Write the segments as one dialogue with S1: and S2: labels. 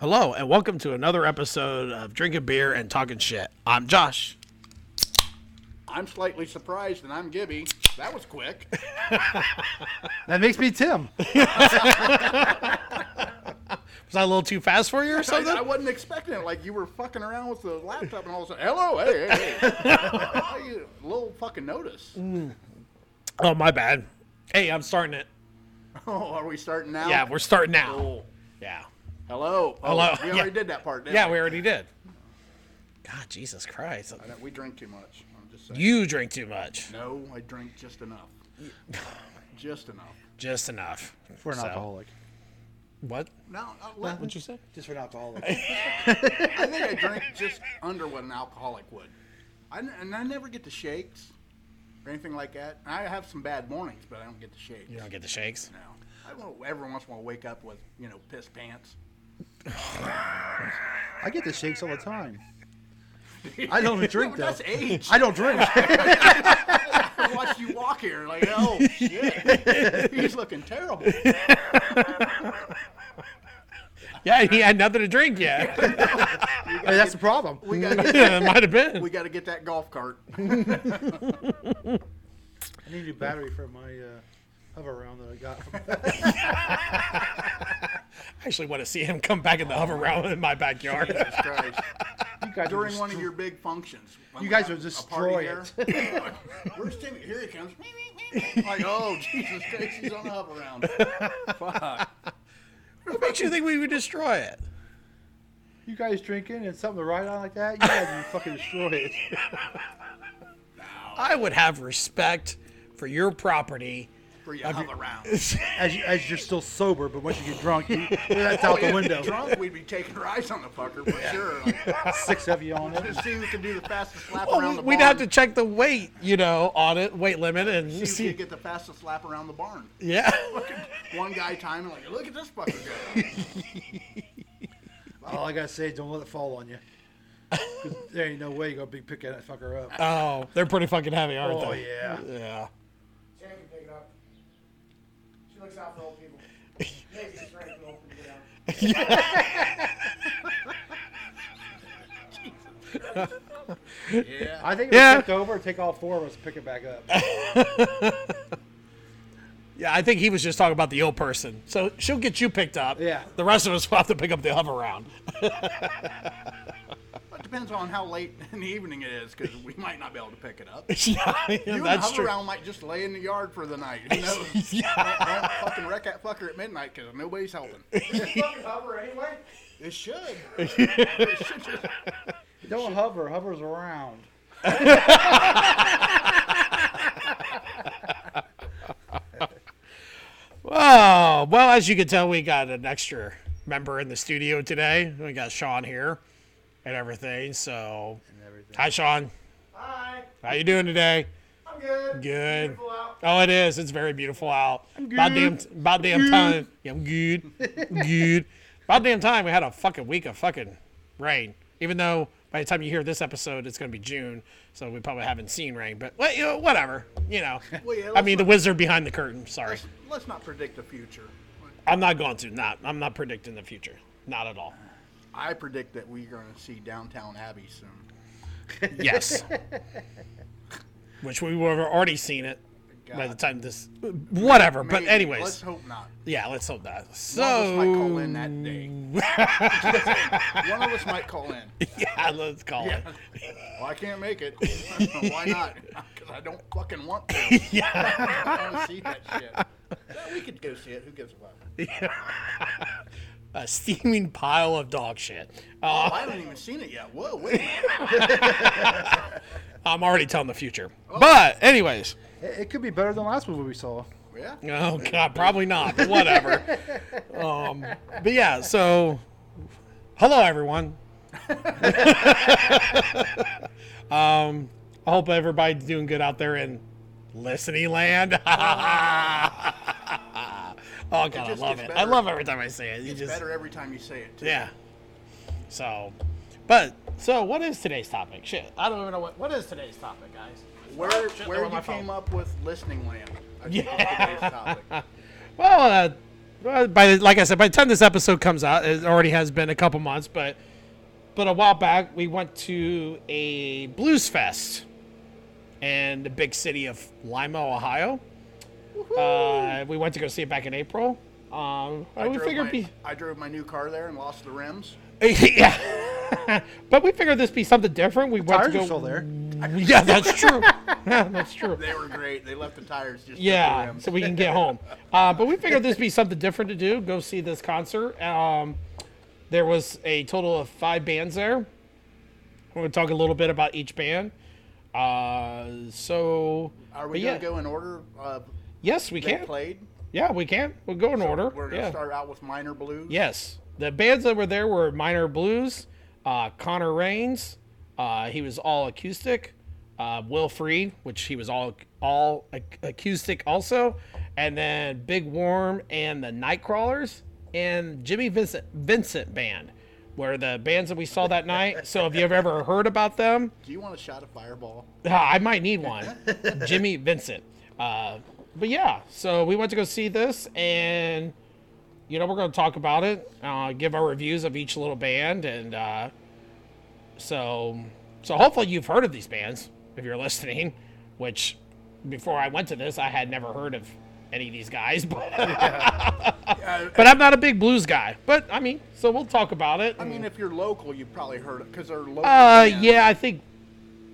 S1: Hello, and welcome to another episode of Drinking Beer and Talking Shit. I'm Josh.
S2: I'm slightly surprised, and I'm Gibby. That was quick.
S3: That makes me Tim.
S1: Was I a little too fast for you or
S2: I, I
S1: something?
S2: wasn't expecting it. Like you were fucking around with the laptop, and all of a sudden, hello, hey, hey, hey. I, uh, little fucking notice.
S1: Mm. Oh, my bad. Hey, I'm starting it.
S2: Oh, are we starting now?
S1: Yeah, we're starting now.
S2: Oh,
S1: Yeah.
S2: hello. Oh,
S1: Hello.
S2: We
S1: Yeah.
S2: already did that part. Didn't
S1: Yeah, we already did. God, Jesus Christ.
S2: We? Uh, We drink too much. I'm just saying.
S1: You drink too much.
S2: No, I drink just enough. just enough.
S1: Just enough.
S3: For an
S1: So-
S3: alcoholic.
S1: What?
S2: No, uh, let,
S1: What'd you say?
S3: Just for an alcoholic.
S2: I think I drink just under what an alcoholic would. I, n- and I never get the shakes or anything like that. I have some bad mornings, but I don't get the shakes.
S1: You don't get the shakes?
S2: No. I will every once in a while wake up with, you know, piss pants.
S3: I get the shakes all the time. I don't drink though.
S2: That's age.
S3: I don't drink.
S2: I watched you walk here like, oh, shit. He's looking terrible. It
S1: Yeah, he had nothing to drink yet.
S3: Hey, that's the problem.
S1: it might have been.
S2: We got to get that golf cart.
S4: I need a new battery for my uh, hover round that I got. From,
S1: I actually want to see him come back in the hover round in my backyard.
S2: Jesus Christ.
S3: You guys
S2: During
S3: are
S2: one of your big functions. when
S3: You
S2: we
S3: guys
S2: have
S3: will
S2: a party
S3: destroy it.
S2: there. Where's Timmy? Here he comes. like, oh, Jesus Christ, he's on the hub around. Fuck.
S1: what makes you think we would destroy it?
S3: you guys drinking and something to ride on like that. You guys would fucking destroy it.
S1: I would have respect for your property.
S2: For your hub around.
S3: As, you, as you're still sober, but once you get drunk, you, that's out the window.
S2: Oh, Drunk, we'd be taking our eyes on the fucker for sure. Like,
S3: Six of you on it.
S2: to see who can do the
S3: Oh,
S2: fastest lap
S1: Well,
S2: around
S1: we-
S2: the
S1: we'd
S2: barn.
S1: have to check the weight, you know, on it, weight limit, and
S2: see who
S1: see.
S2: can get the fastest lap around the barn.
S1: Yeah.
S2: One guy timing like, look at this fucker go.
S4: all I gotta say, don't let it fall on you. 'Cause there ain't no way you're gonna be picking that fucker up.
S1: Oh, they're pretty fucking heavy, aren't
S4: Oh
S1: they?
S4: yeah.
S1: Yeah.
S5: Jan can pick it up. She looks out for old people. Maybe it's right for old people down.
S2: Yeah.
S3: I think if
S1: Yeah.
S3: yeah. tipped over, take all four of us, pick it back up.
S1: Yeah, I think he was just talking about the ill person. So she'll get you picked up.
S3: Yeah.
S1: The rest of us will have to pick up the hover round.
S2: It depends on how late in the evening it is because we might not be able to pick it up.
S1: yeah,
S2: You and the
S1: that's
S2: hover
S1: true.
S2: round might just lay in the yard for the night. Who knows? don't, don't fucking wreck that fucker at midnight because nobody's helping.
S5: It's fucking hover anyway.
S2: It should. it should just,
S3: Don't hover. Hovers around.
S1: Oh, well, as you can tell, we got an extra member in the studio today. We got Sean here and everything. So, hi, Sean.
S5: Hi.
S1: How you doing today?
S5: I'm good.
S1: Good.
S5: Beautiful out.
S1: Oh, it is. It's very beautiful out. About damn, about damn time. Yeah, I'm good. good. About damn time we had a fucking week of fucking rain. Even though by the time you hear this episode, it's gonna be June, so we probably haven't seen rain. But well, you know, whatever. You know.
S2: Well, yeah,
S1: I
S2: let's
S1: mean, the
S2: not-
S1: wizard behind the curtain. Sorry,
S2: let's not predict the future.
S1: I'm not going to. Not. I'm not predicting the future. Not at all.
S2: I predict that we're going to see downtown Abbey soon.
S1: Yes. Which we would have already seen it by the
S2: God.
S1: time this. Whatever. but
S2: Maybe.
S1: anyways.
S2: let's hope not.
S1: yeah, let's hope that. So.
S2: One of us might call in that day. One of us might call in.
S1: Yeah, let's call it.
S2: Well, I can't make it. Why not? Because I don't fucking want to. Yeah. I want to see that shit. Yeah, we could go see it. Who gives a fuck?
S1: A steaming pile of dog shit.
S2: Oh,
S1: Uh,
S2: I haven't even seen it yet. Whoa, wait a minute.
S1: I'm already telling the future. But, anyways.
S3: It, it could be better than last movie we saw.
S2: Yeah.
S1: Oh, God, probably not. But whatever. um, but yeah, so. Hello, everyone. um, I hope everybody's doing good out there in listening land. oh, God, I
S2: just
S1: love
S2: gets
S1: it. I
S2: better.
S1: love every time I say it. You
S2: It's
S1: just.
S2: better every time you say it. Too.
S1: Yeah. So, but so what is today's topic? Shit, I don't even know what what is today's topic, guys.
S2: Where
S1: Shit,
S2: where
S1: they're on
S2: you
S1: my
S2: came
S1: phone.
S2: up with listening land? I think, is today's topic.
S1: Well, uh, Well, by the, like I said, by the time this episode comes out, it already has been a couple months, but but a while back we went to a blues fest in the big city of Lima, Ohio. Uh, we went to go see it back in April. Um,
S2: I,
S1: we
S2: drove
S1: figured
S2: my,
S1: be,
S2: I drove my new car there and lost the rims.
S1: yeah, but we figured this be something different. We went
S4: Tires
S1: to
S4: are
S1: go.
S4: still there.
S1: Yeah, that's true. that's true.
S2: They were great. They left the tires just. took the
S1: Yeah,
S2: rims.
S1: so we can get home. Uh, but we figured this would be something different to do. Go see this concert. Um, there was a total of five bands there. We're gonna talk a little bit about each band. Uh, so
S2: Are
S1: but
S2: we gonna
S1: yeah.
S2: go in order? Uh,
S1: Yes, we
S2: they
S1: can.
S2: played.
S1: Yeah, we can. We'll go in order.
S2: We're gonna
S1: yeah.
S2: start out with Minor Blues.
S1: Yes, the bands that were there were Minor Blues, uh, Connor Raines. Uh, he was all acoustic. Uh, Will Free, which he was all all ac- acoustic also, and then Big Worm and the Nightcrawlers and Jimmy Vincent Vincent Band, were the bands that we saw that night. So if you've ever heard about them,
S2: Do you want a shot of Fireball?
S1: Ah, I might need one. Jimmy Vincent. Uh, but yeah, so we went to go see this, and you know we're going to talk about it, uh, give our reviews of each little band, and uh, so so hopefully you've heard of these bands if you're listening. Which before I went to this, I had never heard of any of these guys, but
S2: Uh,
S1: but I'm not a big blues guy. But I mean, so we'll talk about it.
S2: I mean, if you're local, you've probably heard it because they're local.
S1: Uh,
S2: bands.
S1: yeah, I think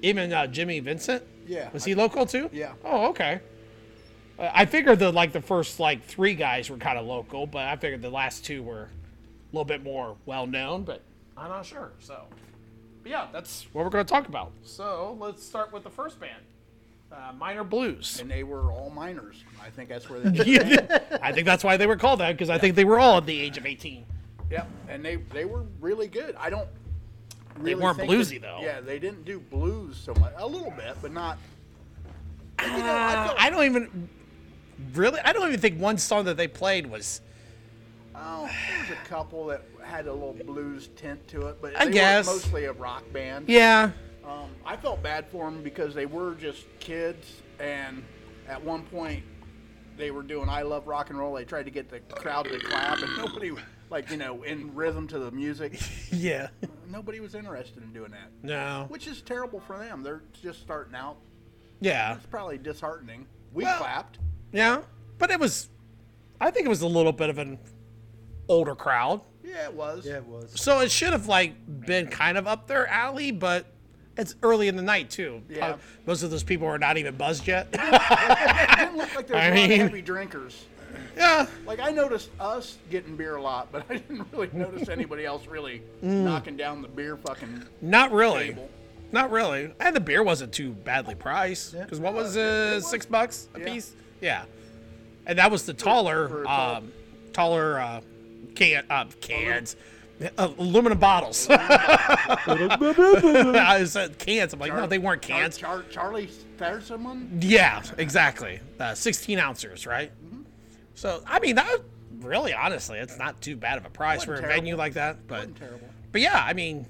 S1: even uh, Jimmy Vincent.
S2: Yeah.
S1: Was he local too?
S2: Yeah.
S1: Oh, okay. Uh, I figured the like the first like three guys were kind of local, but I figured the last two were a little bit more well known. But I'm not sure. So, but yeah, that's what we're going to talk about. So let's start with the first band, uh, Minor Blues.
S2: And they were all minors. I think that's where they. Get it.
S1: I think that's why they were called that because I think they were all at the age of 18.
S2: Yep, and they they were really good. I don't. Really
S1: weren't
S2: think
S1: bluesy,
S2: that-
S1: though.
S2: Yeah, they didn't do blues so much. A little bit, but not. You know, I
S1: Uh,
S2: feel-
S1: I don't even really. I don't even think one song that they played was.
S2: Oh, there's a couple that had a little blues tint to it, but
S1: I
S2: they
S1: guess.
S2: were mostly a rock band.
S1: Yeah.
S2: Um, I felt bad for them because they were just kids, and at one point they were doing "I Love Rock and Roll." They tried to get the crowd to clap, and nobody, like you know, in rhythm to the music,
S1: Yeah.
S2: nobody was interested in doing that,
S1: No.
S2: which is terrible for them. They're just starting out.
S1: Yeah.
S2: It's probably disheartening. We
S1: Well-
S2: clapped.
S1: Yeah, but it was. I think it was a little bit of an older crowd,
S2: Yeah, it was.
S4: Yeah, it was.
S1: so it should have like been kind of up their alley. But it's early in the night too.
S2: Yeah.
S1: Uh, most of those people are not even buzzed yet.
S2: It didn't look like there was
S1: I
S2: a lot of
S1: mean-
S2: heavy drinkers.
S1: yeah.
S2: Like I noticed us getting beer a lot, but I didn't really notice anybody else really knocking down the beer fucking
S1: Not really.
S2: table.
S1: Not really. And the beer wasn't too badly priced. Because
S2: Uh,
S1: what was it? Six bucks a
S2: Yeah.
S1: piece? Yeah. And that was the taller,
S2: for a tall-
S1: um, taller uh, can, uh, cans. Uh, aluminum bottles. I said cans. I'm like, no, they weren't
S2: Char-
S1: cans.
S2: Char- Charlie Thersman?
S1: Yeah, exactly. Uh, 16 ounces, right?
S2: Mm-hmm.
S1: So, I mean, that really, honestly, it's not too bad of a price
S2: Wasn't
S1: for a
S2: terrible.
S1: venue like that. But,
S2: Wasn't terrible.
S1: but yeah, I mean,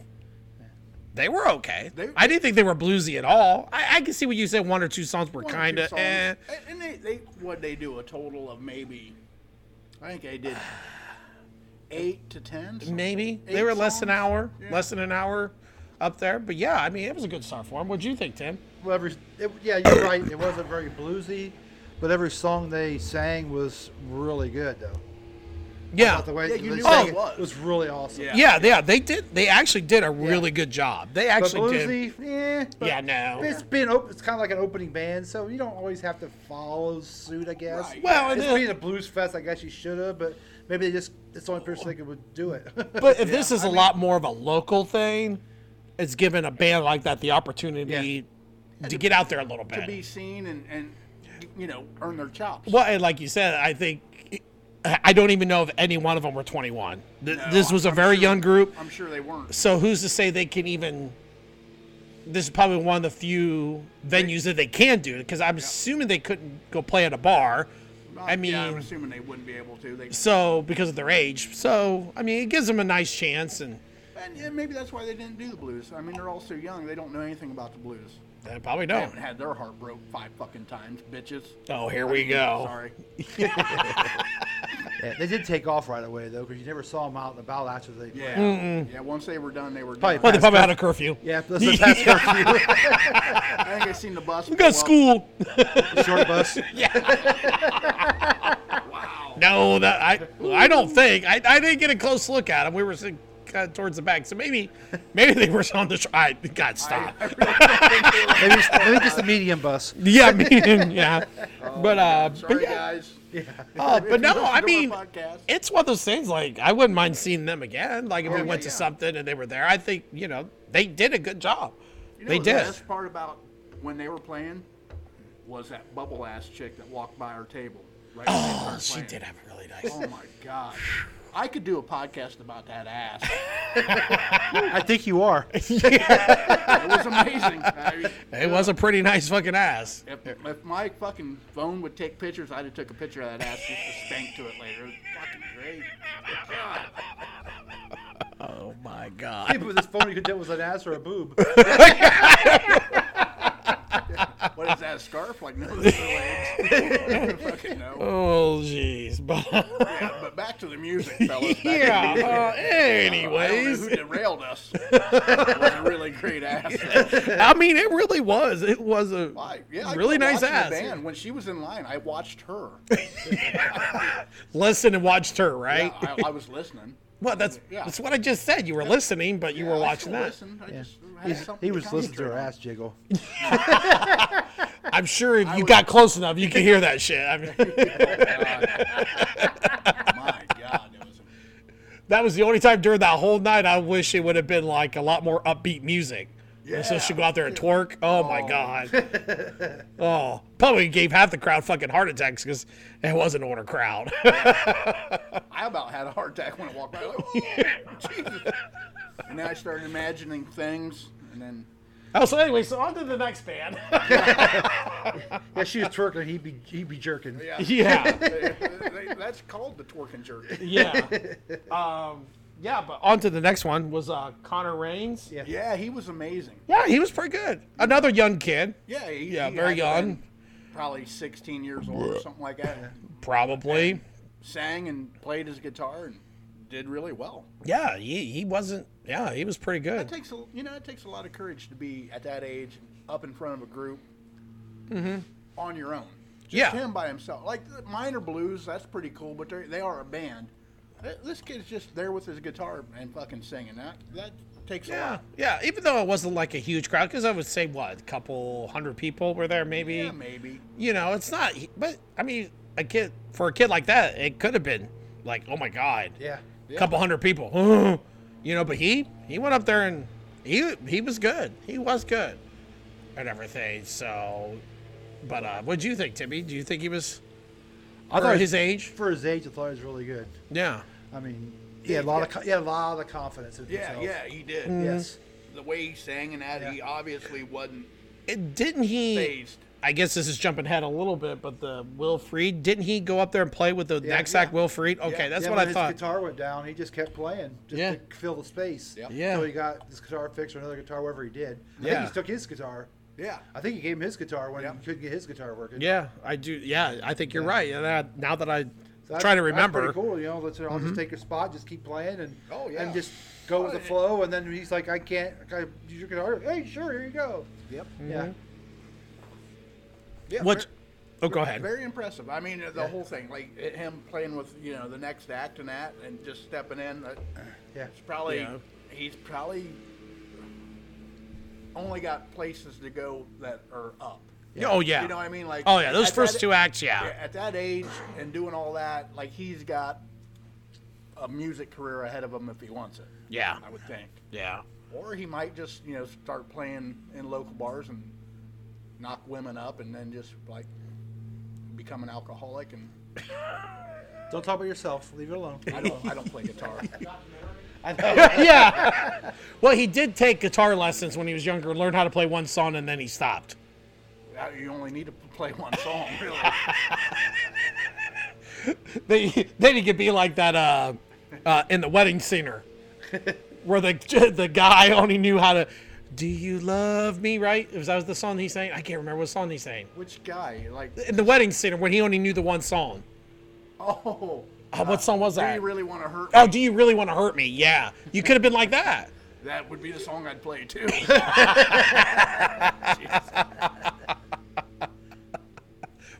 S1: they were okay.
S2: They-
S1: I didn't think they were bluesy at all. I, I can see what you said. One or two songs were
S2: One or two
S1: kind of
S2: songs.
S1: eh.
S2: And- And they, they what they do a total of maybe, I think they did eight to ten. something.
S1: Maybe
S2: Eight
S1: they were less than an
S2: songs?
S1: hour,
S2: Yeah.
S1: less than an hour up there. But yeah, I mean, it was a good start for them. What'd you think, Tim?
S4: Well, every, it, yeah, you're right. It wasn't very bluesy, but every song they sang was really good, though.
S1: Yeah.
S4: But the way
S2: Yeah, you
S4: they
S2: knew
S4: sang
S2: it
S4: it
S2: was.
S4: was. really awesome.
S2: Yeah.
S1: yeah, yeah, they did. They actually did a really good job. They
S4: But
S1: actually did.
S4: bluesy, yeah. But
S1: Yeah, no.
S4: It's been op- it's kind of like an opening band, so you don't always have to follow suit, I guess.
S2: Right.
S1: Well, and
S4: it's
S1: then-
S4: being a blues fest, I guess you should have, but maybe they just it's the only person they could would do it.
S1: But if this is a lot more of a local thing, it's giving a band like that the opportunity to get out there a little
S2: to be
S1: bit.
S2: seen and and you know earn their chops.
S1: Well, and eh, like you said, I think I don't even know if any one of them were 21. Th-
S2: No,
S1: this was a
S2: I'm
S1: very
S2: sure-
S1: young group,
S2: I'm sure they weren't.
S1: so who's to say they can even? This is probably one of the few venues that they can do because I'm assuming they couldn't go play at a bar. I mean,
S2: yeah, I'm assuming they wouldn't be able to. They
S1: so because of their age, so I mean, it gives them a nice chance, and
S2: and, and maybe that's why they didn't do the blues. I mean, they're all so young; they don't know anything about the blues.
S1: they eh, probably
S2: They
S1: don't.
S2: haven't had their heart broke five fucking times, bitches.
S1: Oh, here
S2: I
S1: we
S2: mean,
S1: go.
S2: Sorry.
S4: Yeah, they did take off right away though, because you never saw them out and about after they.
S2: Yeah. Yeah. Once they were done, they were
S4: Probably-
S1: Well,
S2: done.
S1: they probably had a curfew.
S4: Yeah, that's the past curfew.
S2: I think I seen the bus.
S1: We go to school.
S4: Short bus.
S1: No, that I I don't think I, I didn't get a close look at them. We were sitting uh, towards the back, so maybe maybe they were on the. Tr- I God stop.
S4: Maybe, it's- maybe just the medium bus.
S1: yeah, I mean, yeah, but uh, but
S2: Oh, Sorry,
S1: yeah,
S2: guys.
S1: uh,
S2: If
S1: but
S2: you
S1: no,
S2: listen
S1: I
S2: to our
S1: mean,
S2: podcast- Oh,
S1: it's one of those things. Like I wouldn't mind seeing them again. Like if we
S2: yeah,
S1: went to
S2: yeah.
S1: something and they were there, I think you know they did a good job.
S2: You know
S1: they
S2: what
S1: did.
S2: The best part about when they were playing was that bubble ass chick that walked by our table. Right when they
S1: Oh,
S2: started
S1: she
S2: playing.
S1: did have a really nice.
S2: Oh my god. I could do a podcast about that ass.
S4: I think you are.
S2: It was amazing. I mean,
S1: It was a pretty nice fucking ass.
S2: if, if my fucking phone would take pictures, I'd have took a picture of that ass just to spank to it later. It was fucking great. God.
S1: Oh my god.
S4: People with this phone, you could tell it was an ass or a boob.
S2: What is that a scarf? Like no, those are legs. fucking no.
S1: Oh jeez. But
S2: Yeah, but back to the music, fellas. Back to the music.
S1: yeah. Uh,
S2: I don't know
S1: anyways.
S2: who derailed us. It was a really great ass.
S1: I mean, it really was. It was a
S2: I- yeah, I
S1: really
S2: quit
S1: nice
S2: watching
S1: ass.
S2: The band. When she was in line, I watched her.
S1: Listen and watched her,
S2: Yeah,
S1: right?
S2: I, I was listening.
S1: well, that's
S2: yeah.
S1: that's what I just said. You were listening, but you
S2: Yeah,
S1: were
S2: I
S1: watching
S2: still
S1: that.
S2: listened. I just had
S4: He's-
S2: something
S4: he
S2: to
S4: was listening to her
S2: concentrate on.
S4: ass jiggle.
S1: I'm sure if you got close enough, you could hear that shit. I mean,
S2: My Oh, God, it was.
S1: that was the only time during that whole night I wish it would have been like a lot more upbeat music. Yeah. So she go out there and twerk. Oh, my god. oh, probably gave half the crowd fucking heart attacks because it was an order crowd.
S2: I about had a heart attack when I walked by. Like, oh, Jesus. And then I started imagining things, and then
S1: oh, so anyway, so on to the next band.
S4: Yeah, she was twerking. He'd be he'd be jerking.
S2: yeah,
S1: yeah.
S2: They- they- that's called the twerking jerk.
S1: Yeah. um, yeah, but on to the next one was uh, Connor Raines.
S4: Yeah.
S2: Yeah, he was amazing.
S1: Yeah, he was pretty good. Another young kid,
S2: Yeah, he,
S1: Yeah,
S2: he
S1: very
S2: had to
S1: young.
S2: been probably 16 years old or something like that.
S1: probably.
S2: Sang and played his guitar and did really well.
S1: Yeah, he, he wasn't. Yeah, he was pretty
S2: It
S1: good.
S2: takes a you know it takes a lot of courage to be at that age up in front of a group Mm-hmm. on your own. Just
S1: Yeah.
S2: him by himself. Like the minor blues, that's pretty cool, but they're- they are a band. Th- This kid's just there with his guitar and fucking singing. That that takes a
S1: Yeah,
S2: lot.
S1: yeah. Even though it wasn't like a huge crowd, because I would say what, a couple hundred people were there, maybe.
S2: Yeah, maybe.
S1: You know, it's not. But I mean, a kid for a kid like that, it could have been like, oh my god,
S4: Yeah.
S1: a couple hundred people. You know, but he he went up there and he he was good. He was good and everything. So, but uh, what do you think, Timmy? Do you think he was
S4: I
S1: for
S4: thought
S1: his age?
S4: for his age, I thought he was really good.
S1: Yeah.
S4: I mean, he had a lot of co- he had a lot of confidence in
S2: Yeah,
S4: himself.
S2: yeah, he did.
S4: Yes.
S2: The way he sang and that,
S4: Yeah.
S2: he obviously wasn't
S1: It, didn't he?
S2: phased.
S1: I guess this is jumping ahead a little bit, but the Will Freed didn't he go up there and play with the
S4: Yeah,
S1: neck sack
S4: yeah.
S1: Will Freed? Okay, that's
S4: Yeah,
S1: what
S4: when
S1: I
S4: his
S1: thought.
S4: guitar went down, he just kept playing just
S1: Yeah.
S4: to fill the space.
S2: Yep.
S1: Yeah.
S4: So he got his guitar fixed or another guitar, whatever he did. I
S1: Yeah.
S4: think he took his guitar.
S2: Yeah.
S4: I think he gave him his guitar when
S2: Yeah.
S4: he couldn't get his guitar working.
S1: Yeah, I do. Yeah, I think you're right. And that, now that I
S4: So that's-
S1: try to
S4: that's
S1: remember, Mm-hmm.
S4: pretty cool, you know. Let's, I'll just take a spot, just keep playing, and
S2: Oh, yeah.
S4: and just go with the
S2: Oh, yeah.
S4: flow. And then he's like, "I can't, I use your guitar." Hey, sure, here you go.
S2: Yep.
S4: Yeah,
S2: Yeah,
S1: Mm-hmm. What?
S2: ver-
S1: Oh, go ahead.
S2: Very impressive. I mean, the whole thing, like it- him playing with you know the next act and that, and just stepping in. that-
S4: yeah.
S2: It's probably
S1: Yeah.
S2: he's probably only got places to go that are up.
S1: Oh yeah.
S2: You know what I mean? Like
S1: Oh yeah, those
S2: at
S1: first
S2: that-
S1: two acts, yeah.
S2: At that age and doing all that, like he's got a music career ahead of him if he wants it.
S1: Yeah.
S2: I would think.
S1: Yeah.
S2: Or he might just, you know, start playing in local bars and knock women up and then just like become an alcoholic and
S4: Don't talk about yourself. Leave it alone.
S2: I don't I don't play guitar.
S1: yeah. Well, he did take guitar lessons when he was younger, learned how to play one song, and then he stopped.
S2: Uh, you only need to play one song really.
S1: Then he, then he could be like that uh, uh, in the wedding singer, where the the guy only knew how to. Do you love me? Right? Was that was the song he sang? I can't remember what song he sang.
S2: Which guy? Like
S1: In the wedding singer, when he only knew the one song.
S2: oh
S1: Oh, what song was
S2: Do
S1: that?
S2: you really want to hurt?
S1: Oh,
S2: me?
S1: do you really want to hurt me? Yeah, you could have been like that.
S2: That would be the song I'd play too.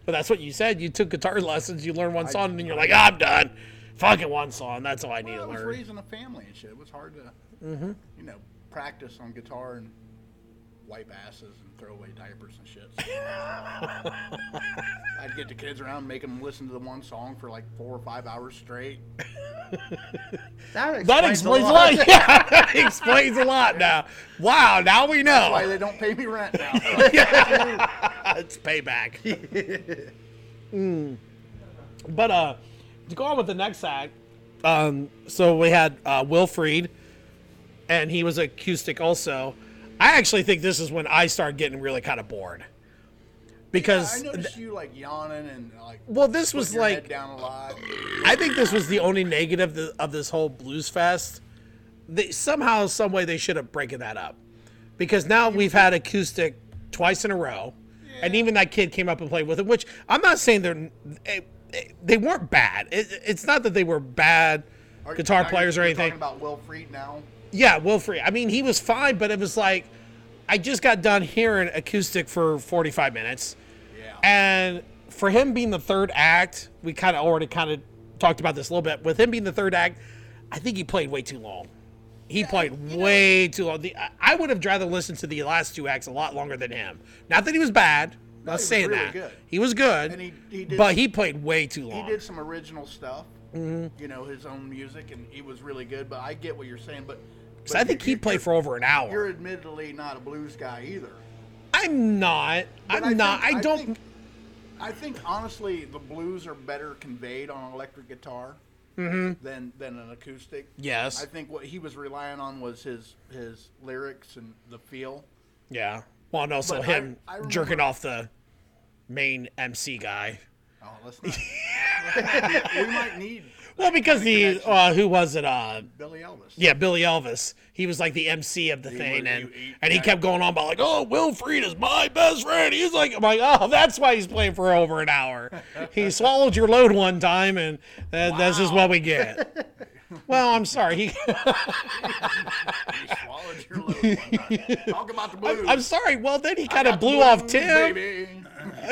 S1: But that's what you said. You took guitar lessons. You learned one song, and then you're like, I'm done. Fucking one song. That's all I need
S2: I
S1: to
S2: was
S1: learn.
S2: raised in a family and shit. It was hard to,
S1: Mm-hmm.
S2: you know, practice on guitar and wipe asses and throw away diapers and shit. So I'd get the kids around, and make them listen to the one song for like four or five hours straight.
S4: That explains,
S1: That explains a
S4: lot.
S1: lot. Yeah, that explains a lot now. Wow, now we
S2: Why
S1: know.
S2: they don't pay me rent now?
S1: it's payback.
S2: Hmm.
S1: Mm. But uh, to go on with the next act, um, so we had uh, Wilfried, and he was acoustic also. I actually think this is when I started getting really kind of bored.
S2: I
S1: Because,
S2: noticed you like yawning and like.
S1: well, this
S2: putting
S1: was
S2: your
S1: like.
S2: head down a lot.
S1: I think this was the only negative th- of this whole Blues Fest. They, somehow, some way, they should have broken that up, because now we've had acoustic twice in a row, and even that kid came up and played with it. Which I'm not saying they're eh, eh, they weren't bad. It, it's not that they were bad
S2: Are-
S1: guitar
S2: now
S1: players or
S2: you're
S1: anything.
S2: Talking about Wilfried now.
S1: Yeah, Wilfrey. I mean, he was fine, but it was like I just got done hearing acoustic for 45 minutes.
S2: Yeah.
S1: And for him being the third act, we kind of already kind of talked about this a little bit. With him being the third act, I think he played way too long. He played way too long. The, I- I would have rather listened to the last two acts a lot longer than him. Not that he was bad. Not
S2: was
S1: saying
S2: really
S1: that.
S2: good.
S1: He was good.
S2: And he- he did-
S1: but he played way too long.
S2: he did some original stuff.
S1: Mm-hmm.
S2: You know, his own music, and he was really good. But I get what you're saying, but.
S1: So
S2: but
S1: I think
S2: you-
S1: he
S2: you-
S1: played for over an hour.
S2: You're admittedly not a blues guy either.
S1: I'm not.
S2: But
S1: I'm not.
S2: think-
S1: I don't.
S2: Think, I think honestly, the blues are better conveyed on an electric guitar than than an acoustic.
S1: Mm-hmm. Yes.
S2: I think what he was relying on was his his lyrics and the feel.
S1: Yeah. Well, and also
S2: But I-
S1: him
S2: I remember-
S1: jerking off the main MC guy.
S2: Oh, let's not. we might need
S1: Well, because the uh, who was it? Uh,
S2: Billy Elvis.
S1: yeah, Billy Elvis. He was like the MC of the thing,
S2: was-
S1: and
S2: he- he-
S1: and he kept going on about like, oh, Wilfried is my best friend. He's like, I'm like, oh, that's why he's playing for over an hour. He swallowed your load one time, and that, this is what we get. well, I'm sorry. He,
S2: You swallowed your load one time. Talk about the blues.
S1: I'm sorry. Well, then he kind
S2: Got
S1: of
S2: the
S1: blew off
S2: blues,
S1: Tim.
S2: baby.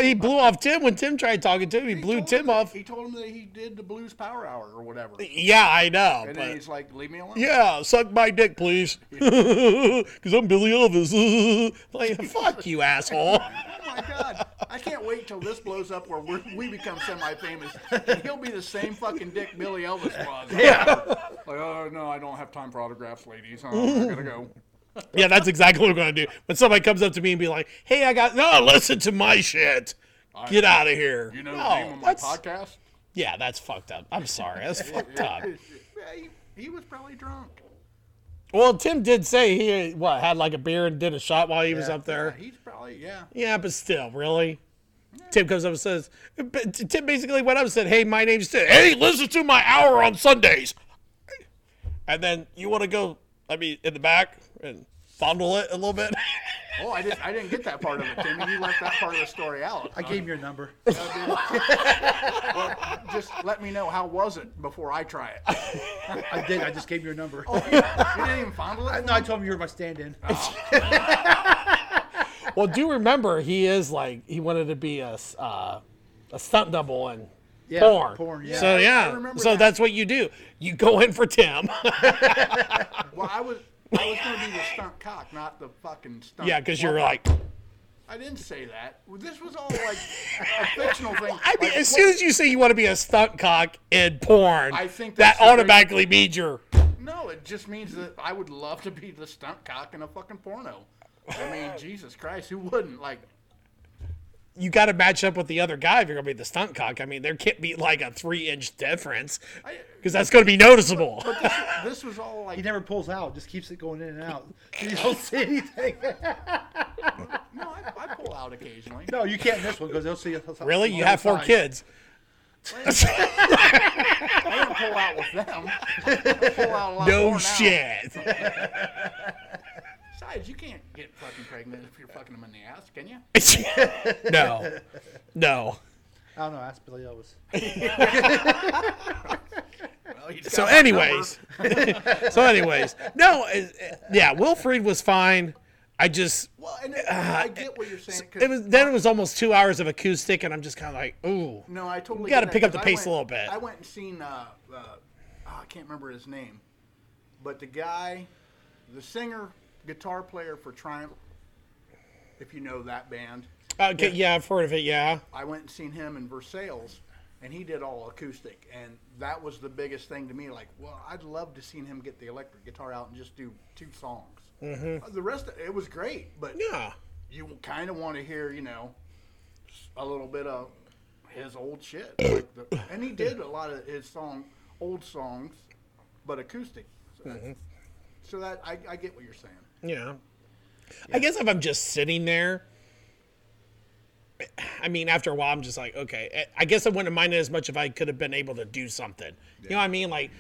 S1: He blew off Tim when Tim tried talking to him. He,
S2: He
S1: blew
S2: told him
S1: Tim
S2: that-
S1: off.
S2: He told him that he did the blues power hour or whatever.
S1: Yeah, I know.
S2: And
S1: but-
S2: then he's like, "Leave me alone."
S1: Yeah, suck my dick, please. Because I'm Billy Elvis. like, fuck you, asshole.
S2: Oh my god! I can't wait till this blows up where we're, we become semi-famous. And he'll be the same fucking dick Billy Elvis was. Like, oh no, I don't have time for autographs, ladies. Oh, I gotta go.
S1: yeah, that's exactly what I'm going to do. When somebody comes up to me and be like, hey, I got, no, listen to my shit. Get out of here.
S2: You know
S1: no,
S2: the name of my
S1: that's-
S2: podcast?
S1: Yeah, that's fucked up. I'm sorry. That's fucked up.
S2: Yeah, he, he was probably drunk.
S1: Well, Tim did say he, what, had like a beer and did a shot while he was up
S2: Yeah,
S1: there.
S2: he's probably yeah.
S1: Yeah, but still, really? Tim comes up and says, but Tim basically went up and said, Hey, my name's Tim. Hey, listen to my hour on Sundays. And then you want to go, I mean, in the back and fondle it a little bit?
S2: Oh, I didn't I didn't get that part of it, Timmy. You left that part of the story out. Uh,
S4: I gave him your number.
S2: Just let me know how was it before I try it.
S4: I did. I just gave him your number.
S1: Oh.
S2: You didn't even fondle it.
S4: no, I told him you were my stand-in.
S1: well, do remember, he is like, he wanted to be a, s- uh, a stunt double and
S4: Yeah,
S1: porn.
S4: porn, yeah.
S1: So,
S2: I
S1: yeah.
S2: remember
S1: So
S2: that.
S1: that's what you do. You go in for Tim.
S2: Well, I was I was gonna be the stunt cock, not the fucking stunt.
S1: yeah, because you're
S2: woman.
S1: like,
S2: I didn't say that. Well, This was all like a fictional thing.
S1: I mean,
S2: Like,
S1: as soon as you say you want to be a stunt cock in porn,
S2: I think
S1: that
S2: that's the way-
S1: automatically means you're.
S2: no, it just means that I would love to be the stunt cock in a fucking porno. I mean, Jesus Christ, who wouldn't? Like,
S1: you got to match up with the other guy if you're going to be the stunt cock. I mean, there can't be like a three inch difference because that's going to be noticeable.
S2: this, this was all like
S4: He never pulls out. Just keeps it going in and out. You don't see anything.
S2: no, I, I pull out occasionally.
S4: No, you can't miss one because they'll see.
S1: Really? You have four kids.
S2: I didn't pull out with them. I pull out a lot more
S1: No
S2: now.
S1: shit.
S2: Besides, you can't get fucking pregnant if you're fucking them in the ass, can you?
S1: no. No.
S4: I don't know. Ask Billy Elvis.
S2: know. You just
S1: so
S2: got my number.
S1: anyways so anyways no it- it- yeah wilfried was fine i just
S2: well, and it- I get what you're saying. 'cause-
S1: Uh, it was then it was almost two hours of acoustic and i'm just kind of like ooh
S2: No, I totally.
S1: gotta
S2: get that,
S1: pick up the
S2: 'cause I
S1: pace a
S2: went-
S1: little bit.
S2: I went and seen. Uh, uh, oh, I can't remember his name, but the guy, the singer, guitar player for Triumph. If you know that band,
S1: okay yeah i've heard of it yeah
S2: I went and seen him in Versailles, and he did all acoustic, and that was the biggest thing to me. Like, well, I'd love to seen him get the electric guitar out and just do two songs. Mm-hmm. The rest, of, it was great, but
S1: yeah
S2: you kind of want to hear, you know, a little bit of his old shit. Like the- and he did a lot of his song, old songs, but acoustic. So,
S1: Mm-hmm.
S2: that- so that I, I get what you're saying.
S1: Yeah. I guess if I'm just sitting there, I mean, after a while, I'm just like, okay. eh, I I guess I wouldn't have minded as much if I could have been able to do something. You know what I mean? Like,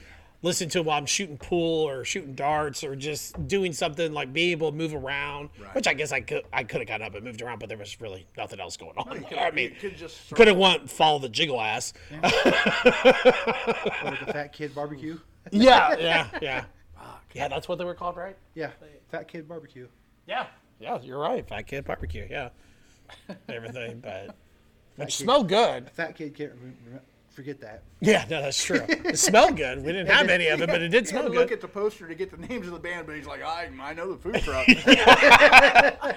S1: listen to it while I'm shooting pool or shooting darts or just doing something like being able to move around, which I guess I could I could have gotten up and moved around, but there was really nothing else going on.
S2: You could,
S1: I mean,
S2: you could just
S1: could have went follow the jiggle ass.
S4: Or the fat kid barbecue.
S1: Yeah, yeah, yeah. Yeah, that's what they were called, right?
S4: Yeah, fat kid barbecue.
S1: Yeah. Yeah, you're right. Fat Kid Barbecue. Yeah. Everything, but it smelled good.
S4: Fat kid can't re- re- forget that.
S1: Yeah, no, that's true. It smelled good. We didn't have any of it, but it did
S2: He had
S1: smell
S2: to look
S1: good.
S2: at the poster to get the names of the band, but he's like, I, I know the food truck.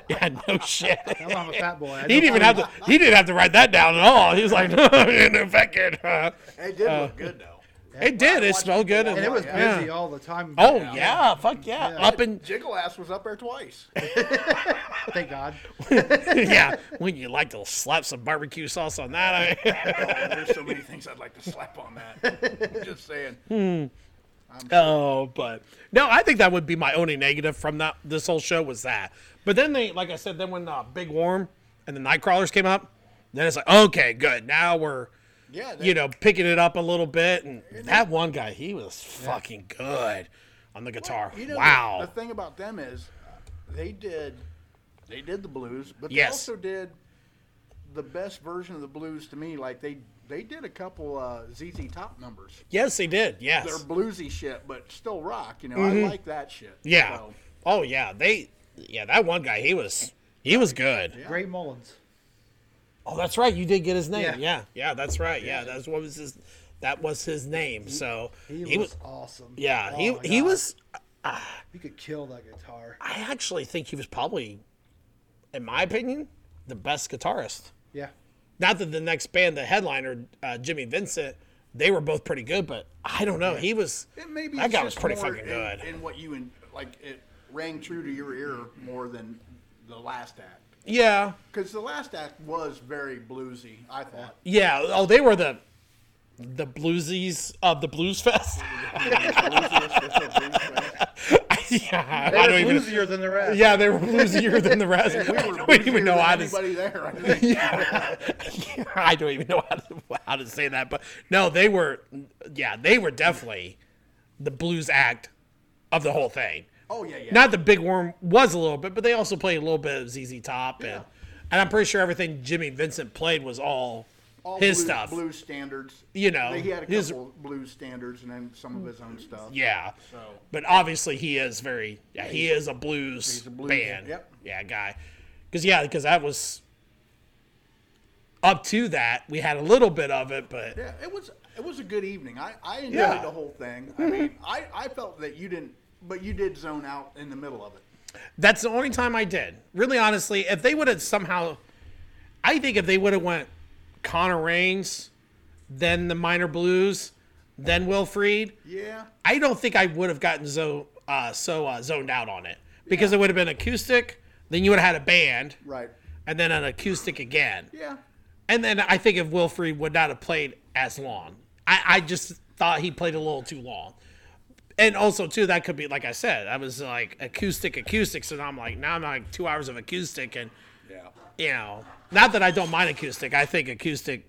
S1: Yeah, no shit.
S4: I'm not a fat boy. I
S1: He didn't
S4: don't-
S1: even have to. He didn't have to write that down at all. He was like, no, no Fat Kid. huh?"
S2: it
S1: Uh.
S2: did look good, though.
S1: It did. It smelled good.
S4: And it was
S1: yeah.
S4: busy all the time.
S1: Oh yeah, fuck yeah. Up and
S2: Jiggle Ass was up there twice. Oh,
S4: Thank God.
S1: yeah. Wouldn't you like to slap some barbecue sauce on that? I mean,
S2: There's so many things I'd like to slap on that. I'm just saying.
S1: Hmm. Oh, but no, I think that would be my only negative from that this whole show was that. But then they, like I said, then when uh, Big Worm and the Nightcrawlers came up, then it's like, okay, good. Now we're,
S2: Yeah, they-
S1: you know, picking it up a little bit. And that one guy, he was fucking good on the guitar.
S2: You know, the-
S1: wow.
S2: The, thing about them is, uh, they did, they did the blues, but they
S1: Yes.
S2: also did the best version of the blues to me. Like they they did a couple uh, ZZ Top numbers.
S1: yes, they did. Yes. Mm-hmm.
S2: They're bluesy shit, but still rock. You know, I like that shit.
S1: yeah.
S2: So,
S1: Oh yeah. They. Yeah, that one guy, he was. He was good.
S4: Ray Mullins.
S1: Oh, that's right. You did get his name. Yeah.
S4: Yeah.
S1: Yeah, that's right. Yeah, that's what was his. That was his name. So
S4: He, was, awesome.
S1: Yeah,
S4: Oh my
S1: he he
S4: God.
S1: was.
S4: You could kill that guitar.
S1: I actually think he was probably, in my opinion, the best guitarist.
S4: Yeah.
S1: Not that the next band, the headliner, uh, Jimmy Vincent, they were both pretty good, but I don't know. He was.
S2: it maybe
S1: that
S2: it's
S1: guy was
S2: just
S1: pretty
S2: more
S1: fucking
S2: in-
S1: good.
S2: In, what you and like it rang true to your ear more than the last act.
S1: yeah,
S2: Because the last act was very bluesy, I thought.
S1: yeah. Oh, they were the, the bluesies of the Blues Fest. yeah,
S4: They
S1: I
S4: were
S1: don't even.
S4: bluesier than the rest.
S1: Yeah, they were bluesier than the rest.
S2: We
S1: I
S2: were
S1: don't even
S2: bluesier
S1: know
S2: than
S1: how to
S2: anybody there. I think.
S1: I don't even know how to how to say that, but no, they were, yeah, they were definitely the blues act of the whole thing.
S2: Oh yeah, yeah.
S1: Not the big worm was a little bit, but they also played a little bit of ZZ Top and and I'm pretty sure everything Jimmy Vincent played was all,
S2: all
S1: his
S2: blues,
S1: stuff.
S2: blues standards.
S1: You know,
S2: he had a
S1: his-
S2: couple blues standards and then some of his own stuff.
S1: Yeah.
S2: So-
S1: But obviously he is very yeah, he is a blues,
S2: a blues-
S1: band.
S2: yep.
S1: Yeah, guy. Cuz yeah, cuz that was up to that. We had a little bit of it, but
S2: Yeah, it was it was a good evening. I I enjoyed
S1: Yeah. Mm-hmm.
S2: the whole thing. I mean, I I felt that you didn't, but you did zone out in the middle of it.
S1: That's the only time I did. Really honestly, if they would have somehow I think if they would have went Connor Reigns, then the minor blues, then Wilfried,
S2: Yeah,
S1: I don't think I would have gotten so uh, so uh, zoned out on it because it would have been acoustic, then you would have had a band,
S2: right.
S1: and then an acoustic again.
S2: Yeah,
S1: And then I think if Wilfried would not have played as long, I, I just thought he played a little too long. And also too, that could be like I said, I was like acoustic, acoustic. So now I'm like, now I'm like two hours of acoustic, and
S2: yeah.
S1: you know, not that I don't mind acoustic. I think acoustic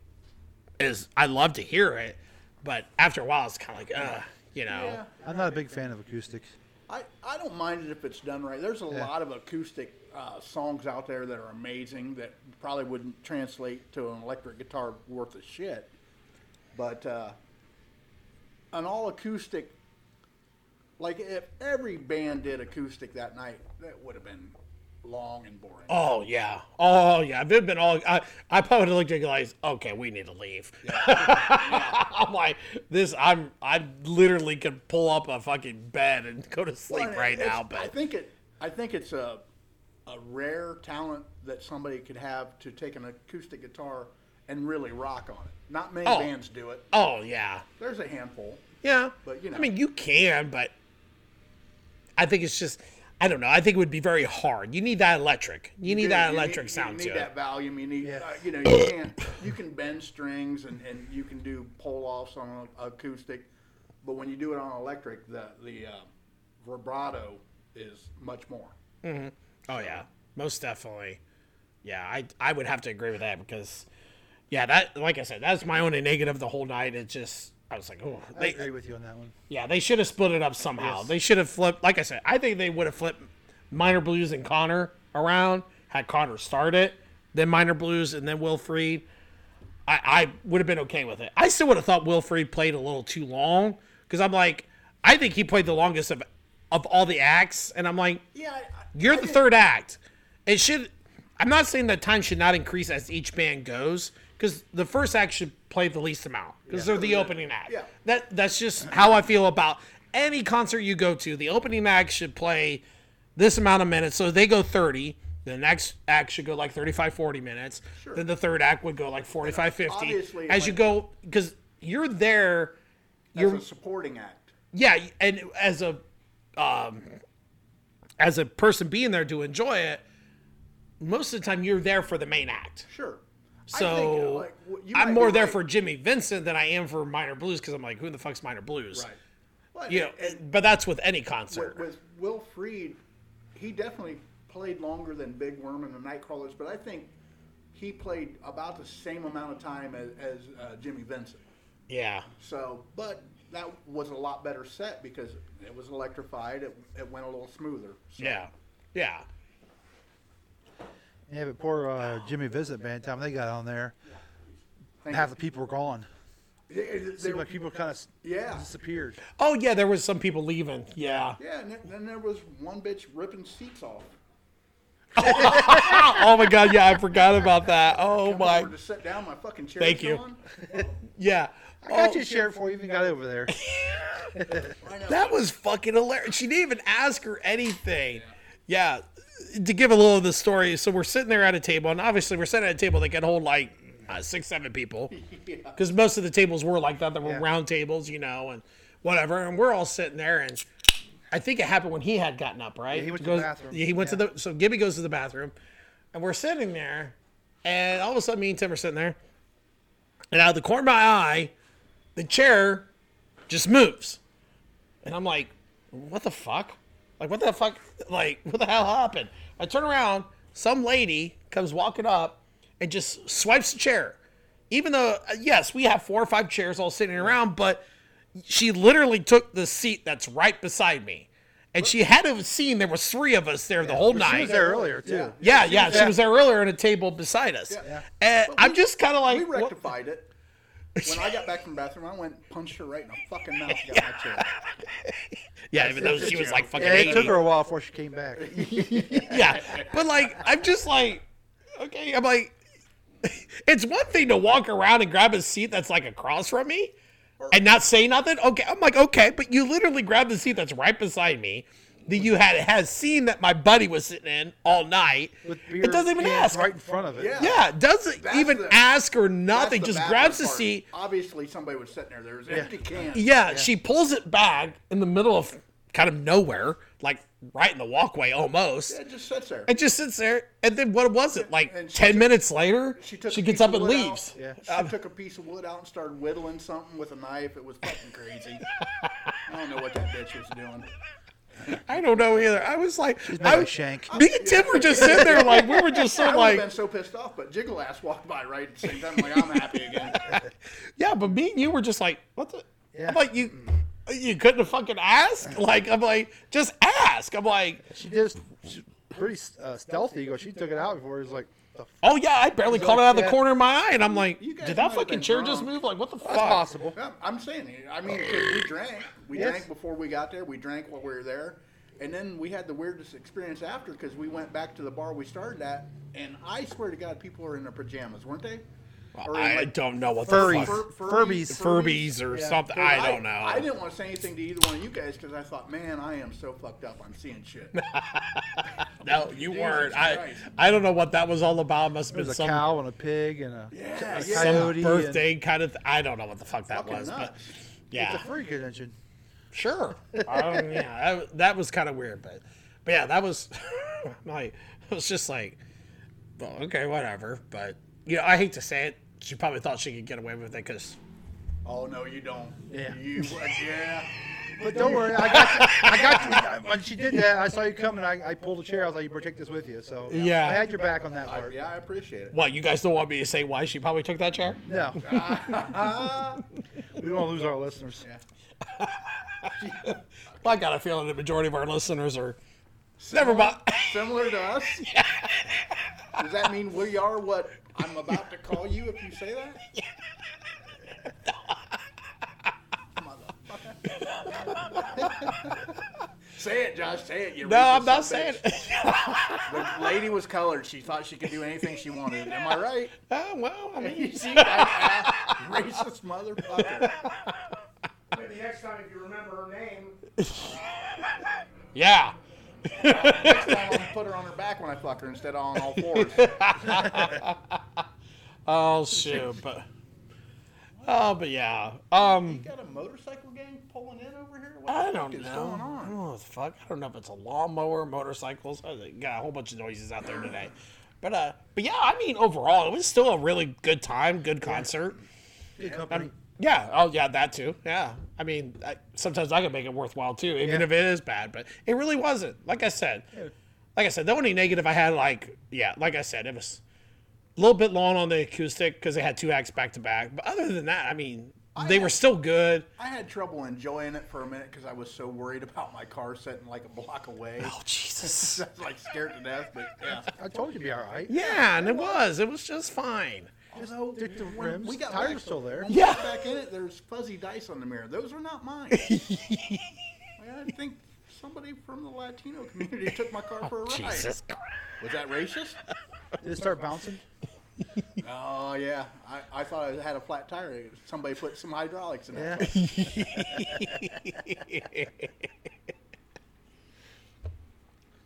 S1: is I love to hear it, but after a while, it's kind of like, uh, you know,
S2: Yeah.
S4: I'm not a big fan of acoustic.
S2: I, I don't mind it if it's done right. There's a lot of acoustic uh, songs out there that are amazing that probably wouldn't translate to an electric guitar worth of shit. But uh, an all acoustic. Like if every band did acoustic that night, that would have been long and boring.
S1: Oh yeah. Oh yeah. If it had been all, I, I probably looked at you like, okay, we need to leave. I'm like, this. I'm. I literally could pull up a fucking bed and go to sleep
S2: Well, and
S1: right
S2: it's-
S1: now.
S2: I
S1: But
S2: think it. I think it's a a rare talent that somebody could have to take an acoustic guitar and really rock on it. Not many
S1: Oh.
S2: bands do it.
S1: oh yeah,
S2: There's a handful.
S1: yeah.
S2: But, you
S1: I
S2: know.
S1: mean, you can, but I think it's just. I don't know. I think it would be very hard. You need that electric. You, need
S2: do,
S1: that
S2: you
S1: electric
S2: need,
S1: sound to
S2: You need that
S1: it.
S2: volume. You need. Uh, you know. You can't. You can bend strings and, and you can do pull offs on a- acoustic, but when you do it on electric, the the uh, vibrato is much more.
S1: Oh yeah, most definitely. Yeah, I I would have to agree with that because, yeah, that like I said, that's my only negative the whole night. It just I was like, oh,
S4: I
S1: they,
S4: agree with you on that one.
S1: yeah, they should have split it up somehow. They should have flipped. Like I said, I think they would have flipped minor blues and Connor around. Had Connor start it, then minor blues, and then Wilfried. I, I would have been okay with it. I still would have thought Wilfried played a little too long because I'm like, I think he played the longest of of all the acts, and I'm like,
S2: Yeah. I, I-
S1: you're the third act. It should. I'm not saying that time should not increase as each band goes, because the first act should play the least amount, because they're the opening act.
S2: Yeah.
S1: That that's just how I feel about any concert you go to. The opening act should play this amount of minutes, so they go 30. The next act should go like 35, 40 minutes. Then the third act would go like 45, 50.
S2: obviously,
S1: as
S2: like-
S1: you go, because you're there.
S2: That's a supporting act.
S1: Yeah, and as a um, as a person being there to enjoy it, most of the time you're there for the main act.
S2: Sure. I think, uh,
S1: So
S2: like, w- you might
S1: I'm
S2: be
S1: more there
S2: right.
S1: for Jimmy Vincent than I am for Minor Blues because I'm like, who the fuck's Minor Blues?
S2: Right. Well,
S1: You know,
S2: and- and
S1: but that's with any
S2: with,
S1: concert.
S2: with Will Freed, he definitely played longer than Big Worm and the Nightcrawlers, but I think he played about the same amount of time as, as uh, Jimmy Vincent.
S1: yeah,
S2: So, but that was a lot better set because it was electrified. It, it went a little smoother. So,
S1: yeah, yeah.
S4: Yeah, but poor uh, Jimmy Visit band time they got on there.
S2: thank
S4: Half
S2: you.
S4: the people were gone.
S2: It- it- it-
S4: Seemed
S2: there-
S4: like people kind of
S2: Yeah.
S4: disappeared.
S1: Oh yeah, there was some people leaving. Yeah.
S2: yeah, and then- then there was one bitch ripping seats off.
S1: oh my god, yeah, I forgot about that. Oh
S2: Come
S1: my,
S2: over to sit down, my fucking chair.
S1: Thank you. yeah.
S4: I
S1: Oh,
S4: got you a chair before you even got over there.
S1: That was fucking hilarious. She didn't even ask her anything. Yeah. To give a little of the story, so we're sitting there at a table, and obviously we're sitting at a table that can hold like uh, six, seven people, because most of the tables were like that. They were round tables, you know, and whatever. And we're all sitting there, and I think it happened when he had gotten up, right?
S4: he went to
S1: Goes-
S4: the bathroom.
S1: Yeah, he went to the. So Gibby goes to the bathroom, and we're sitting there, and all of a sudden, me and Tim are sitting there, and out of the corner of my eye, the chair just moves. And I'm like, what the fuck? Like, what the fuck? Like, what the hell happened? I turn around, some lady comes walking up and just swipes the chair. Even though, uh, yes, we have four or five chairs all sitting around, but she literally took the seat that's right beside me. And she had to have seen there was three of us there the whole night.
S4: She was there earlier too.
S2: Yeah.
S1: Yeah, yeah, she was there earlier at a table beside us.
S2: Yeah.
S1: And I'm just kind of
S2: We
S1: like, what-
S2: rectified it. When I got back from the bathroom, I went and punched her right in the fucking mouth. and Got my chair.
S1: yeah, even though she was like fucking
S4: Yeah, it
S1: 80.
S4: took her a while before she came back.
S1: yeah. But like, I'm just like, okay, I'm like, it's one thing to walk around and grab a seat that's like across from me and not say nothing. Okay, I'm like, okay, but you literally grabbed the seat that's right beside me that you had has seen that my buddy was sitting in all night.
S4: With beer
S1: It doesn't even
S4: cans
S1: ask.
S4: right in front of it.
S2: Yeah.
S1: Yeah, it doesn't
S2: That's
S1: even
S2: the-
S1: ask or
S2: That's
S1: nothing.
S2: the
S1: Just
S2: bathroom
S1: grabs the
S2: part.
S1: seat.
S2: Obviously, somebody was sitting there. There was empty cans.
S1: Yeah, she pulls it back in the middle of kind of nowhere, like right in the walkway almost.
S2: It just sits there.
S1: It just sits there, and then what was it? Like
S2: And she
S1: ten
S2: took-
S1: minutes later, she,
S2: She took. a
S1: gets
S2: piece of
S1: up and
S2: wood
S1: leaves. Uh,
S2: Out. She took a piece of wood out and started whittling something with a knife. It was fucking crazy. I don't know what that bitch was doing.
S1: I don't know either. I was like, I
S4: making
S1: was,
S4: shank.
S1: Me and Tim were just sitting there, like we were just
S2: I
S1: sort of
S2: would have
S1: like,
S2: been so pissed off, but Jiggle Ass walked by right at the same time. I'm like, I'm happy again.
S1: yeah, but me and you were just like, what the?
S4: Yeah.
S1: I'm like you, you couldn't have fucking asked. Like I'm like, just ask. I'm like,
S4: She just she, pretty uh, stealthy. Go. She took it out before it was like, the f-
S1: Oh yeah, I barely caught it out of the
S4: yeah.
S1: corner of my eye, and I'm like,
S2: You guys
S1: did that
S2: might have
S1: fucking
S2: been
S1: chair just
S2: drunk.
S1: move? Like, what the fuck?
S4: That's possible.
S2: Yeah, I'm saying it. I mean, 'cause we drank. We
S4: Yes.
S2: drank before we got there. We drank while we were there, and then we had the weirdest experience after because we went back to the bar we started at, and I swear to God, people were in their pajamas, weren't they? Or in,
S1: I
S2: like,
S1: don't know what
S4: Furries.
S1: the fuck.
S2: fur- furries,
S4: Furbies.
S1: Furbies or something.
S2: 'Cause
S1: I don't know.
S2: I didn't want to say anything to either one of you guys because I thought, man, I am so fucked up. I'm seeing shit.
S1: no, you
S2: Jesus
S1: weren't. I
S2: Christ.
S1: I don't know what that was all about. Must have
S4: There's
S1: been
S4: a
S1: some
S4: cow and a pig and a,
S2: Yeah, yeah.
S4: a
S1: some
S4: coyote. and-
S1: birthday kind of. Th- I don't know what the fuck that
S2: Fucking
S1: was, but
S2: nuts.
S1: yeah,
S4: It's a free convention.
S1: sure. um, yeah, that, that was kind of weird, but but yeah, that was like I was just like, well, okay, whatever. But you know, I hate to say it. She probably thought she could get away with it because
S2: Oh no, you don't.
S4: Yeah.
S2: You, yeah.
S4: But don't worry, I got you. I got you. When she did that, I saw you coming. I, I pulled a chair. I was like, "You better take this with you." So
S1: Yeah.
S4: I had your back on that
S2: I,
S4: part.
S2: yeah, I appreciate it.
S1: what you guys don't want me to say why she probably took that chair.
S4: No, we don't want to lose our listeners.
S1: I got a feeling the majority of our listeners are. Never mind.
S2: Similar to us. Does that mean we are what I'm about to call you if you say that? Motherfucker. say it, Josh. Say it. You
S1: No, I'm
S2: ruthless
S1: not
S2: son
S1: saying.
S2: of a bitch. The lady was colored. She thought she could do anything she wanted. Am I right?
S1: Oh, well, I mean,
S2: You see that racist motherfucker?
S5: Maybe next time, if you remember her name,
S1: yeah.
S2: I want to put her on her back when I fuck her instead of on all fours.
S1: Oh shoot, but oh, but yeah. Um,
S2: got a motorcycle gang pulling in over here? What
S1: I
S2: the
S1: don't
S2: fuck is
S1: know.
S2: going
S1: I
S2: on?
S1: don't know what the fuck. I don't know if it's a lawnmower, motorcycles. I think- Got a whole bunch of noises out there today. But uh, but yeah, I mean, overall, it was still a really good time, good concert.
S4: Good company.
S1: Yeah. Oh yeah, that too. Yeah. I mean, I, sometimes I can make it worthwhile too, even
S4: Yeah.
S1: if it is bad. But it really wasn't. Like I said, like I said, the only negative I had, like yeah, like I said, it was a little bit long on the acoustic because they had two acts back to back. But other than that, I mean, they were still good.
S2: I had trouble enjoying it for a minute because I was so worried about my car sitting like a block away.
S1: Oh Jesus.
S2: I was like scared to death, but yeah.
S4: I told you, it'd be all right.
S1: yeah, and it was. It was just fine.
S2: Although,
S4: stick to
S2: when
S4: rims.
S2: We got
S4: Tires
S2: back,
S4: still there.
S2: When we got
S1: Yeah.
S2: back in it, there's fuzzy dice on the mirror. Those are not mine. Like, I think somebody from the Latino community took my car for a ride.
S1: Oh, Jesus Christ.
S2: Was that racist?
S4: Did it start bouncing?
S2: Oh yeah, I, I thought I had a flat tire. Somebody put some hydraulics in it.
S4: Yeah.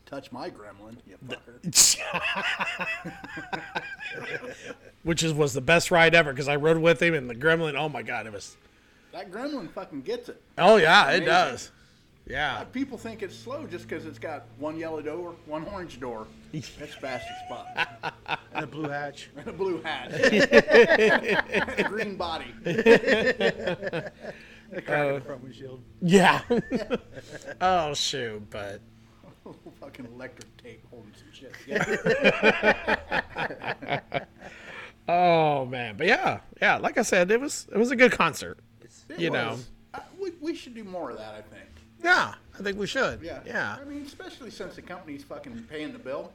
S2: Touch my gremlin, you fucker.
S1: Which is was the best ride ever because I rode with him and the Gremlin. Oh my God, it was.
S2: That gremlin fucking gets it.
S1: Oh yeah, it
S2: Amazing.
S1: does. Yeah.
S2: People think it's slow just because it's got one yellow door, one orange door. That's fast as fuck.
S4: And a blue hatch.
S2: And a blue hat. a green body.
S4: A crack in the front windshield.
S1: Yeah. oh shoot, but
S2: fucking electric tape holding some shit together.
S1: oh man, but yeah, yeah. Like I said, it was it was a good concert.
S2: It
S1: You
S2: was. Uh, we, we should do more of that, I think.
S1: Yeah, I think we should.
S2: Yeah.
S1: Yeah.
S2: I mean, especially since the company's fucking paying the bill.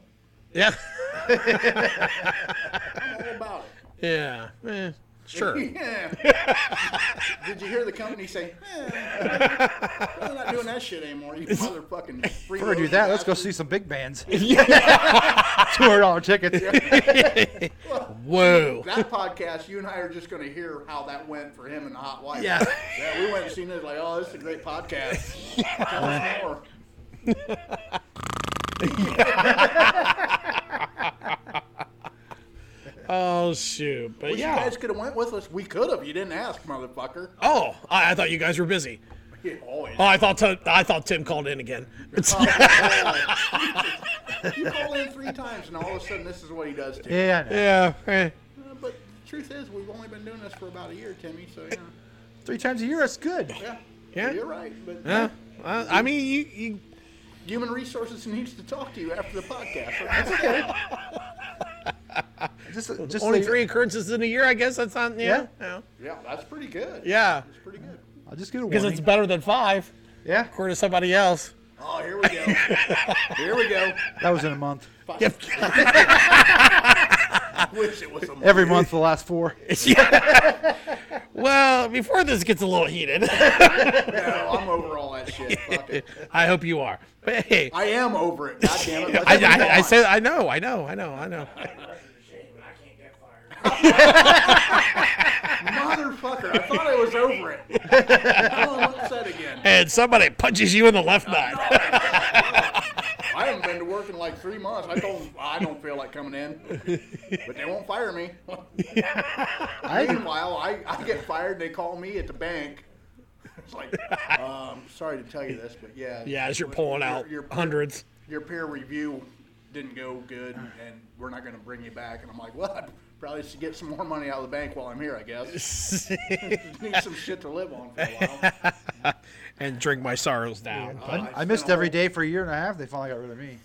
S1: Yeah.
S2: I'm all about it.
S1: yeah. eh, sure.
S2: Yeah. Did you hear the company say, eh, we're not doing that shit anymore, you motherfucking free
S4: We're gonna do that. Let's go see some big bands. Two
S1: yeah.
S4: hundred dollar tickets.
S1: Whoa.
S2: that podcast, you and I are just going to hear how that went for him and the hot wife.
S1: Yeah.
S2: Yeah, we went and seen it like, oh, this is a great podcast. Tell us more.
S1: Oh shoot, but
S2: If
S1: yeah.
S2: you guys could have went with us, we could have. You didn't ask, motherfucker.
S1: oh, I, I thought you guys were busy.
S2: Yeah, always.
S1: Oh, I thought Ti- I thought Tim called in again.
S2: you call in three times, and all of a sudden, this is what he does to you.
S4: Yeah. I know.
S1: yeah. eh.
S2: Uh, But the truth is, we've only been doing this for about a year, Timmy, so yeah.
S4: Three times a year. That's good.
S2: Yeah.
S1: Yeah.
S2: You're right. But
S1: Yeah. I, I mean, you, you.
S2: human resources needs to talk to you after the podcast.
S4: Just, uh, just
S1: Only
S4: leave-
S1: three occurrences in a year, I guess. That's not. Yeah.
S4: Yeah.
S1: Yeah.
S2: yeah, that's pretty good.
S1: Yeah.
S2: That's pretty good.
S4: I'll just get a
S1: Because it's
S4: warning.
S1: better than five,
S4: Yeah.
S1: according to somebody else.
S2: Oh, here we go. here we go.
S4: That was in a month.
S2: Fuck.
S1: Yep.
S2: wish it was a month.
S4: Every month for the last four.
S1: Well, before this gets a little heated,
S2: No, I'm over all that shit. Fuck it.
S1: I hope you are. But hey,
S2: I am over it. God damn it. Let's
S1: I,
S2: move
S1: I, I
S2: on.
S1: said I know, I know, I know, I know.
S5: I can't get fired.
S2: motherfucker. I thought I was over it. No one wants that again.
S1: And somebody punches you in the left nut.
S2: I haven't been to work in like three months. I told them I don't feel like coming in, but they won't fire me. Meanwhile, I, I get fired. They call me at the bank. It's like, um, sorry to tell you this, but yeah,
S1: Yeah, as you're pulling out
S2: Your- your-
S1: hundreds.
S2: your peer review didn't go good, and we're not going to bring you back. And I'm like, well, I probably should get some more money out of the bank while I'm here, I guess. Need some shit to live on for a while.
S1: and drink my sorrows down.
S2: Uh,
S4: I
S2: spent
S4: missed
S2: a
S4: every
S2: whole-
S4: day for a year and a half. They finally got rid of me.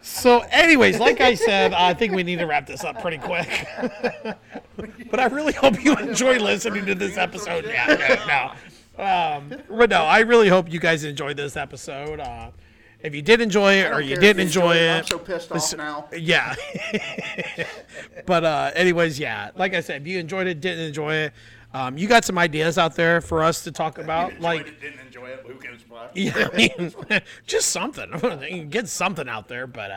S1: So, anyways, like I said, I think we need to wrap this up pretty quick. but I really hope you enjoy listening to this episode. Yeah, no, no. Um, but no, I really hope you guys enjoyed this episode. Uh, if you did enjoy it
S2: I
S1: or
S2: don't
S1: you
S2: care
S1: didn't
S2: if
S1: enjoy it,
S2: I'm so pissed off now.
S1: Yeah. but uh, anyways, yeah. Like I said, if you enjoyed it, didn't enjoy it, um, you got some ideas out there for us to talk about, like
S2: didn't enjoy it. Who gives fuck?
S1: yeah, I mean, just something. You can Get something out there, but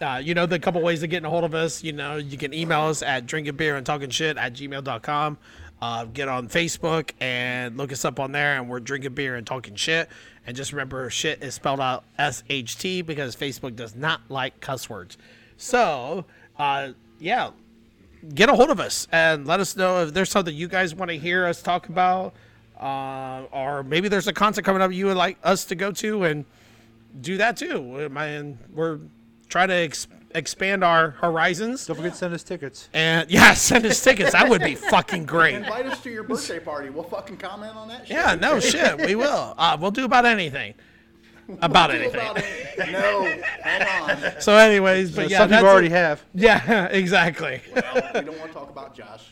S1: uh, uh, you know the couple ways of getting a hold of us. You know, you can email us at drinking beer and talking shit at gmail.com. Uh, get on Facebook and look us up on there, and we're drinking beer and talking shit. And just remember, shit is spelled out S H T because Facebook does not like cuss words. So, uh, yeah, get a hold of us and let us know if there's something you guys want to hear us talk about, uh, or maybe there's a concert coming up you would like us to go to and do that too. Man, we're trying to ex- expand our horizons.
S4: Don't forget to send us tickets.
S1: And yeah, send us tickets. That would be fucking great.
S2: Invite us to your birthday party. We'll fucking comment on that shit.
S1: Yeah, no shit, we will. Uh, we'll do about anything. About
S2: Feel
S1: anything.
S2: about it. No, hold on.
S1: So, anyways, but yeah,
S4: Some
S1: that's
S4: people already
S1: it.
S4: have.
S1: Yeah, exactly.
S2: Well, we don't want to talk about Josh.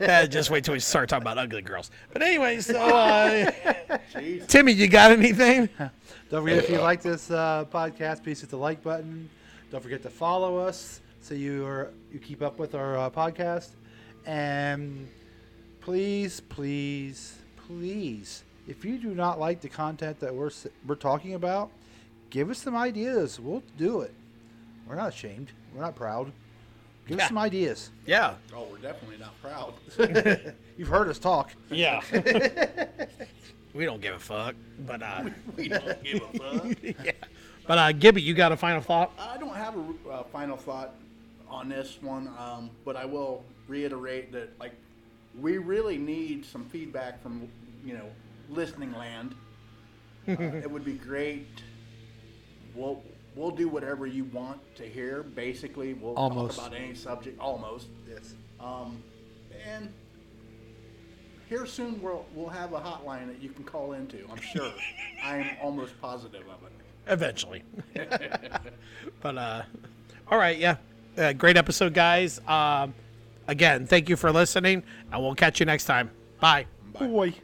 S1: Yeah, just wait till we start talking about ugly girls. But anyway, so uh,
S2: Jeez.
S1: Timmy, you got anything?
S4: Don't forget if you like this uh, podcast, please hit the like button. Don't forget to follow us so you are you keep up with our uh, podcast. And please, please, please, if you do not like the content that we're s- we're talking about, give us some ideas. We'll do it. We're not ashamed. We're not proud. Give
S1: Yeah.
S4: us some ideas.
S1: Yeah.
S2: Oh, we're definitely not proud.
S4: You've heard us talk.
S1: Yeah. we don't give a fuck, but uh,
S2: We don't give a fuck.
S1: yeah. But uh, Gibby, you got a final thought?
S2: I don't have a uh, final thought on this one, um, but I will reiterate that like we really need some feedback from you know listening land. Uh, it would be great. We'll we'll do whatever you want to hear. Basically, we'll
S4: Almost.
S2: talk about any subject almost.
S4: Yes.
S2: Um, and here soon we'll we'll have a hotline that you can call into. I'm sure. I am almost positive of it.
S1: Eventually. but uh, all right, yeah. Uh, great episode, guys. Um, again, thank you for listening, and we'll catch you next time. Bye.
S4: Boy.